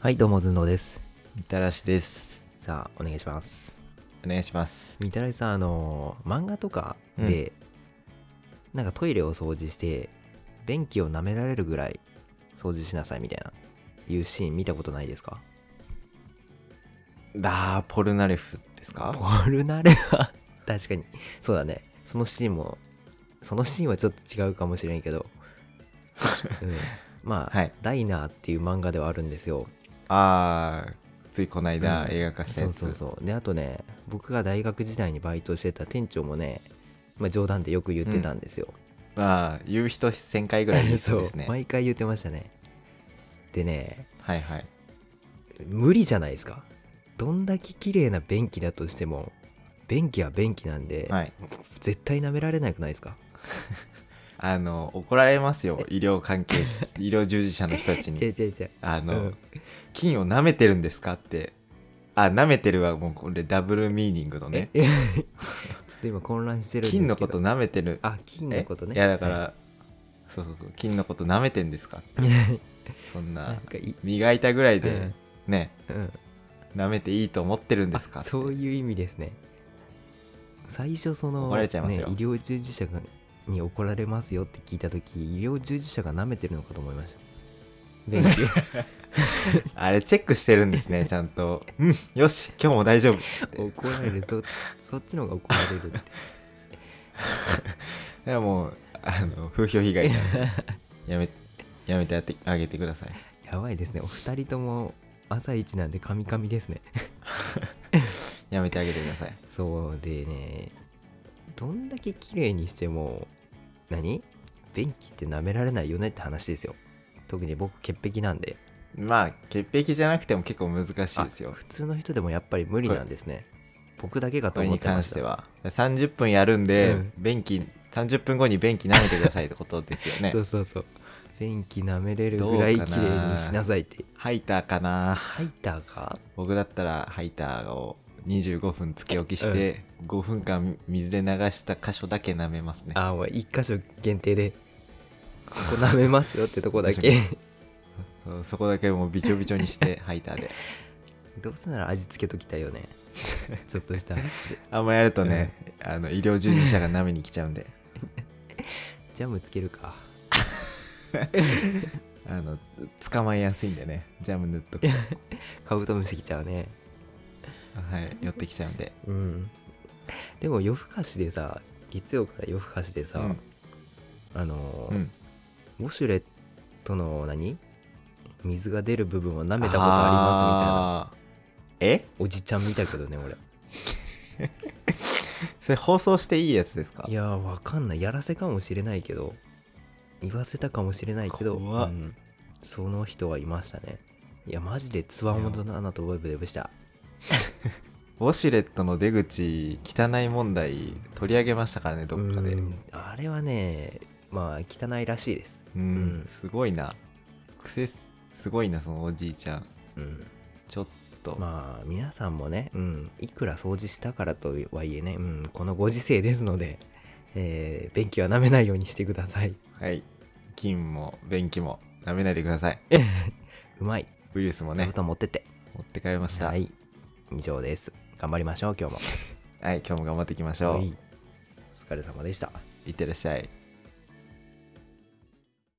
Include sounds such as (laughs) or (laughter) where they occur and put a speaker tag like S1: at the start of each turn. S1: はい、どうも、ずんどうです。
S2: みたらしです
S1: さあ、お願いします。
S2: お願いします
S1: みたらしさん、あのー漫画とかで、なんかトイレを掃除して、便器を舐められるぐらい掃除しなさいみたいな、いうシーン見たことないですか
S2: だーポルナレフです
S1: ポ
S2: か
S1: ルナレは、 (laughs) 確かに。そうだね。そのシーンも、そのシーンはちょっと違うかもしれん
S2: (laughs)
S1: けど、うん、まあ、
S2: はい
S1: ダイナーっていう漫画ではあるんですよ。
S2: あーついこの間、
S1: うん
S2: 映画化した
S1: そ
S2: や
S1: う
S2: つ
S1: そうそうであとね僕が大学時代にバイトしてた店長もね、まあ、冗談でよく言ってたんですよ、
S2: あー言う人1000回ぐらい
S1: (laughs)
S2: 言
S1: そ
S2: そう
S1: う
S2: ですね
S1: 毎回言ってましたねでね
S2: はいはい
S1: 無理じゃないですかどんだけ綺麗な便器だとしても便器は便器なんで、
S2: はい
S1: 絶対舐められなくないですか
S2: あの怒られますよ医療関係し医療従事者の人た
S1: (laughs)
S2: ち
S1: 違う
S2: に
S1: 違う違う
S2: あの、
S1: うん
S2: 金を舐めてるんですかってあ舐めてるはもうこれダブルミーニングのね
S1: え (laughs) ちょっと今混乱してるんですけど
S2: 金のこと舐めてる
S1: あ金のことね
S2: えいやだから、
S1: は
S2: そうそうそう金のこと舐めてんですかっ
S1: (laughs)
S2: て
S1: い
S2: そん
S1: な
S2: なん
S1: かい、
S2: 磨いたぐらいで、
S1: うん
S2: ね
S1: うん、
S2: 舐めていいと思ってるんですか
S1: あそういう意味ですね最初その
S2: 怒られちゃいますよ
S1: ね、医療従事者がに怒られますよって聞いた時医療従事者が舐めてるのかと思いました便器を
S2: (laughs) あれチェックしてるんですねち (laughs) ゃんと「うんよし今日も大丈夫」って
S1: 怒られるそそっちの方が怒られるって
S2: でももうあの風評被害
S1: (laughs)
S2: なんでやめやめてあってあげてください
S1: やばいですねお二人とも朝一なんでカミカミですね
S2: やめてあげてください
S1: そうでねどんだけ綺麗にしても何便器って舐められないよねって話ですよ特に僕潔癖なんで
S2: まあ潔癖じゃなくても結構難しいですよ
S1: 普通の人でもやっぱり無理なんですね僕だけかと
S2: これ
S1: 思っ
S2: に
S1: てま
S2: 関
S1: し
S2: したては30分やるんで、
S1: うん
S2: 便器30分後に便器舐めてくださいってことですよ
S1: (laughs)
S2: ね
S1: そうそうそう便器舐めれるぐらい
S2: どう
S1: 綺
S2: かな
S1: 麗にしなさいって
S2: ハイターかな
S1: ハイターか
S2: 僕だったらハイターを25分つけ置きして、5分間水で流した箇所だけ舐めますね
S1: ああもう一箇所限定でそこ舐めますよってとこだけ
S2: そうそこだけもうびちょびちょにして
S1: (laughs)
S2: ハイターで
S1: どうせなら味付けときたいよ (laughs) ねちょっとしたじゃ
S2: あんまやるとね、あの医療従事者が舐めに来ちゃうんで
S1: ジャムつけるか
S2: あの捕まえやすいんでねジャム塗っとくと
S1: カブトムシきちゃうね
S2: はい寄ってきちゃうんで
S1: うんでも夜更かしでさ月曜から夜更かしでさ、
S2: うん
S1: あのー
S2: うん
S1: ウォシュレットの何水が出る部分は舐めたことありますみたいな
S2: みたいなえ
S1: おじちゃん見たけどね俺
S2: それ放送していいやつですか
S1: いやーわかんないやらせかもしれないけど言わせたかもしれないけど、
S2: 怖っ
S1: んその人はいましたねいやマジでつわものだなと思いました
S2: ウォシュレットの出口汚い問題取り上げましたからねどっかで
S1: う
S2: うん
S1: んあれはねまあ汚いらしいですうん
S2: すごいな癖すすごいなそのおじいちゃん
S1: うん
S2: ちょっと、
S1: まあ皆さんもね、うん、いくら掃除したからとはいえね、うん、このご時世ですので、えー便器は舐めないようにしてください
S2: はい金も便器も舐めないでくださいう
S1: まい
S2: ウイルスも
S1: 座
S2: ね
S1: 布団持ってって、
S2: 持って帰りました
S1: は
S2: はい、
S1: い以上です頑張りましょう今日も
S2: 今日も頑張っていきましょ
S1: は
S2: う
S1: いお疲れ様でした
S2: いってらっしゃい